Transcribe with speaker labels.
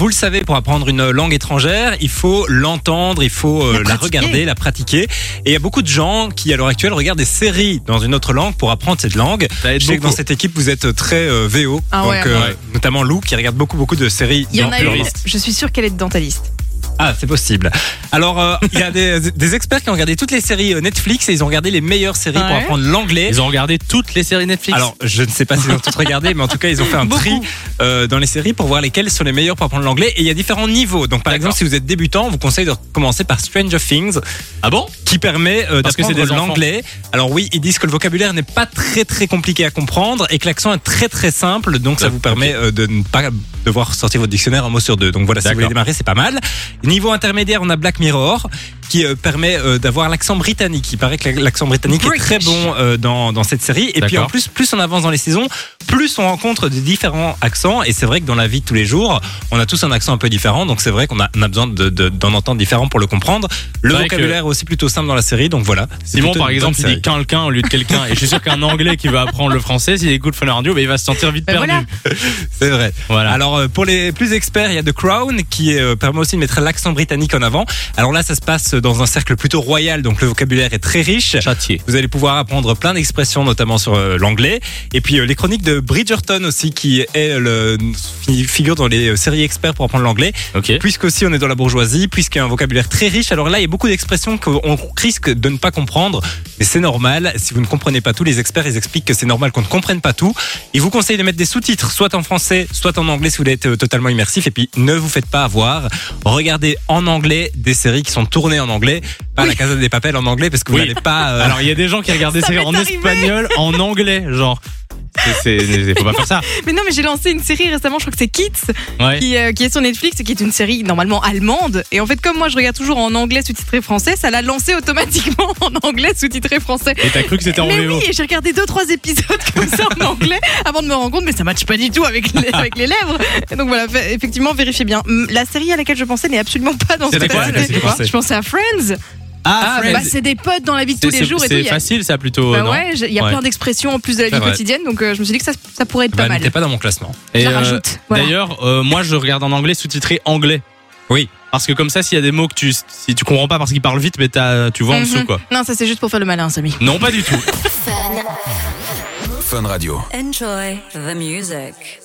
Speaker 1: Vous le savez, pour apprendre une langue étrangère, il faut l'entendre, il faut euh, la,
Speaker 2: La pratiquer.
Speaker 1: regarder, la pratiquer. Et il y a beaucoup de gens qui, à l'heure actuelle, regardent des séries dans une autre langue pour apprendre cette langue.
Speaker 3: Ça aide
Speaker 1: Je sais que dans
Speaker 3: beaucoup.
Speaker 1: cette équipe, vous êtes très euh, VO,
Speaker 2: Ah
Speaker 1: donc
Speaker 2: ouais.
Speaker 1: euh,
Speaker 3: Ouais.
Speaker 1: notamment Lou qui regarde beaucoup beaucoup de séries.
Speaker 2: Il y en
Speaker 1: dans
Speaker 2: a
Speaker 1: le
Speaker 2: une,
Speaker 1: liste.
Speaker 2: je suis sûre qu'elle est de dentaliste.
Speaker 1: Ah, c'est possible. Alors, euh, il y a des, des experts qui ont regardé toutes les séries euh, Netflix et ils ont regardé les meilleures séries pour
Speaker 2: Ouais.
Speaker 1: apprendre l'anglais.
Speaker 3: Ils ont regardé toutes les séries Netflix.
Speaker 1: Alors, je ne sais pas s'ils ont toutes regardé, mais en tout cas, ils ont fait un
Speaker 2: Beaucoup.
Speaker 1: tri euh, dans les séries pour voir lesquelles sont les meilleures pour apprendre l'anglais. Et il y a différents niveaux. Donc, par
Speaker 3: D'accord.
Speaker 1: exemple, si vous êtes débutant, on vous conseille de commencer par Stranger Things,
Speaker 3: ah bon
Speaker 1: qui permet euh,
Speaker 3: Parce que c'est
Speaker 1: d'apprendre
Speaker 3: des enfants.
Speaker 1: l'anglais. Alors oui, ils disent que le vocabulaire n'est pas très très compliqué à comprendre et que l'accent est très très simple, donc ça
Speaker 3: Ouais,
Speaker 1: vous permet euh, de ne pas devoir sortir votre dictionnaire un mot sur deux. Donc voilà, si vous
Speaker 3: D'accord.
Speaker 1: voulez démarrer, c'est pas mal. Niveau intermédiaire, on a Black Mirror qui euh, permet euh, d'avoir l'accent britannique. Il paraît que l'accent britannique est très
Speaker 2: British.
Speaker 1: bon euh, dans, dans cette série. Et puis
Speaker 3: D'accord.
Speaker 1: en plus, plus on avance dans les saisons, plus on rencontre des différents accents. Et c'est vrai que dans la vie de tous les jours, on a tous un accent un peu différent. Donc c'est vrai qu'on a, on a besoin de- de- d'en entendre différents pour le comprendre. Le
Speaker 3: C'est vrai
Speaker 1: vocabulaire est aussi plutôt simple dans la série, donc voilà. C'est
Speaker 3: Simon,
Speaker 1: plutôt
Speaker 3: par
Speaker 1: une
Speaker 3: exemple,
Speaker 1: bonne
Speaker 3: il dit
Speaker 1: série.
Speaker 3: quelqu'un au lieu de quelqu'un. Et je suis sûr qu'un Anglais qui veut apprendre le français, s'il écoute Fun Radio, ben, il va se sentir vite
Speaker 2: Ben
Speaker 3: perdu.
Speaker 2: voilà.
Speaker 1: C'est vrai.
Speaker 3: Voilà.
Speaker 1: Alors, euh, pour les plus experts, il y a The Crown qui euh, permet aussi de mettre l'accent britannique en avant. Alors là, ça se passe dans un cercle plutôt royal, donc le vocabulaire est très riche.
Speaker 3: Châtier.
Speaker 1: Vous allez pouvoir apprendre plein d'expressions, notamment sur euh, l'anglais. Et puis euh, les chroniques de Bridgerton aussi, qui est le, fi- figure dans les euh, séries experts pour apprendre l'anglais.
Speaker 3: Ok.
Speaker 1: Puisqu'aussi on est dans la bourgeoisie, puisqu'il y a un vocabulaire très riche, alors là il y a beaucoup d'expressions qu'on risque de ne pas comprendre, mais c'est normal, si vous ne comprenez pas tout, les experts ils expliquent que c'est normal qu'on ne comprenne pas tout, ils vous conseillent de mettre des sous-titres, soit en français, soit en anglais si vous voulez être euh, totalement immersif, et puis ne vous faites pas avoir, regardez en anglais des séries qui sont tournées en anglais, pas la Casa des Papels en anglais, parce que vous
Speaker 3: Oui.
Speaker 1: n'allez pas... euh,
Speaker 3: Alors, il y a des gens qui regardent des
Speaker 2: Ça
Speaker 3: séries
Speaker 2: m'est
Speaker 3: en
Speaker 2: arrivé.
Speaker 3: espagnol, en anglais, genre. C'est, c'est- faut pas faire ça.
Speaker 2: Mais non, mais j'ai lancé une série récemment, je crois que c'est Kids,
Speaker 3: Ouais.
Speaker 2: qui, euh, qui est sur Netflix et qui est une série normalement allemande. Et en fait, comme moi, je regarde toujours en anglais sous-titré français, ça l'a lancé automatiquement en anglais sous-titré français.
Speaker 3: Et t'as cru que c'était en
Speaker 2: Mais
Speaker 3: VO.
Speaker 2: oui, et j'ai regardé deux trois épisodes comme ça en anglais avant de me rendre compte, mais ça matche pas du tout avec les, avec les lèvres. Et donc voilà, fait- effectivement, vérifiez bien. Hum, La série à laquelle je pensais n'est absolument pas dans
Speaker 3: C'était
Speaker 2: cette
Speaker 3: quoi,
Speaker 2: série.
Speaker 3: la série
Speaker 1: française
Speaker 2: Je pensais à Friends.
Speaker 3: Ah, Friends.
Speaker 2: Bah, c'est des potes dans la vie de tous
Speaker 3: C'est-
Speaker 2: les jours et
Speaker 3: c'est
Speaker 2: tout. il y a-
Speaker 3: facile, ça plutôt. euh,
Speaker 2: Bah
Speaker 3: non
Speaker 2: ouais, j'ai- il y a
Speaker 3: Ouais.
Speaker 2: plein d'expressions en plus de la
Speaker 1: C'est
Speaker 2: vie
Speaker 1: vrai.
Speaker 2: quotidienne, donc euh, je me suis dit que ça, ça pourrait être
Speaker 1: bah,
Speaker 2: pas mal.
Speaker 1: n'était pas dans mon classement.
Speaker 3: Et,
Speaker 2: Je la
Speaker 3: euh,
Speaker 2: rajoute. Voilà.
Speaker 3: D'ailleurs, euh, moi, je regarde en anglais sous-titré anglais.
Speaker 1: Oui.
Speaker 3: Parce que comme ça, s'il y a des mots que tu, si tu comprends pas parce qu'ils parlent vite, mais t'as- tu vois en dessous,
Speaker 2: Mhm.
Speaker 3: quoi.
Speaker 2: Non, ça c'est juste pour faire le malin, Samy.
Speaker 3: Non, pas du tout.
Speaker 4: Enjoy the music.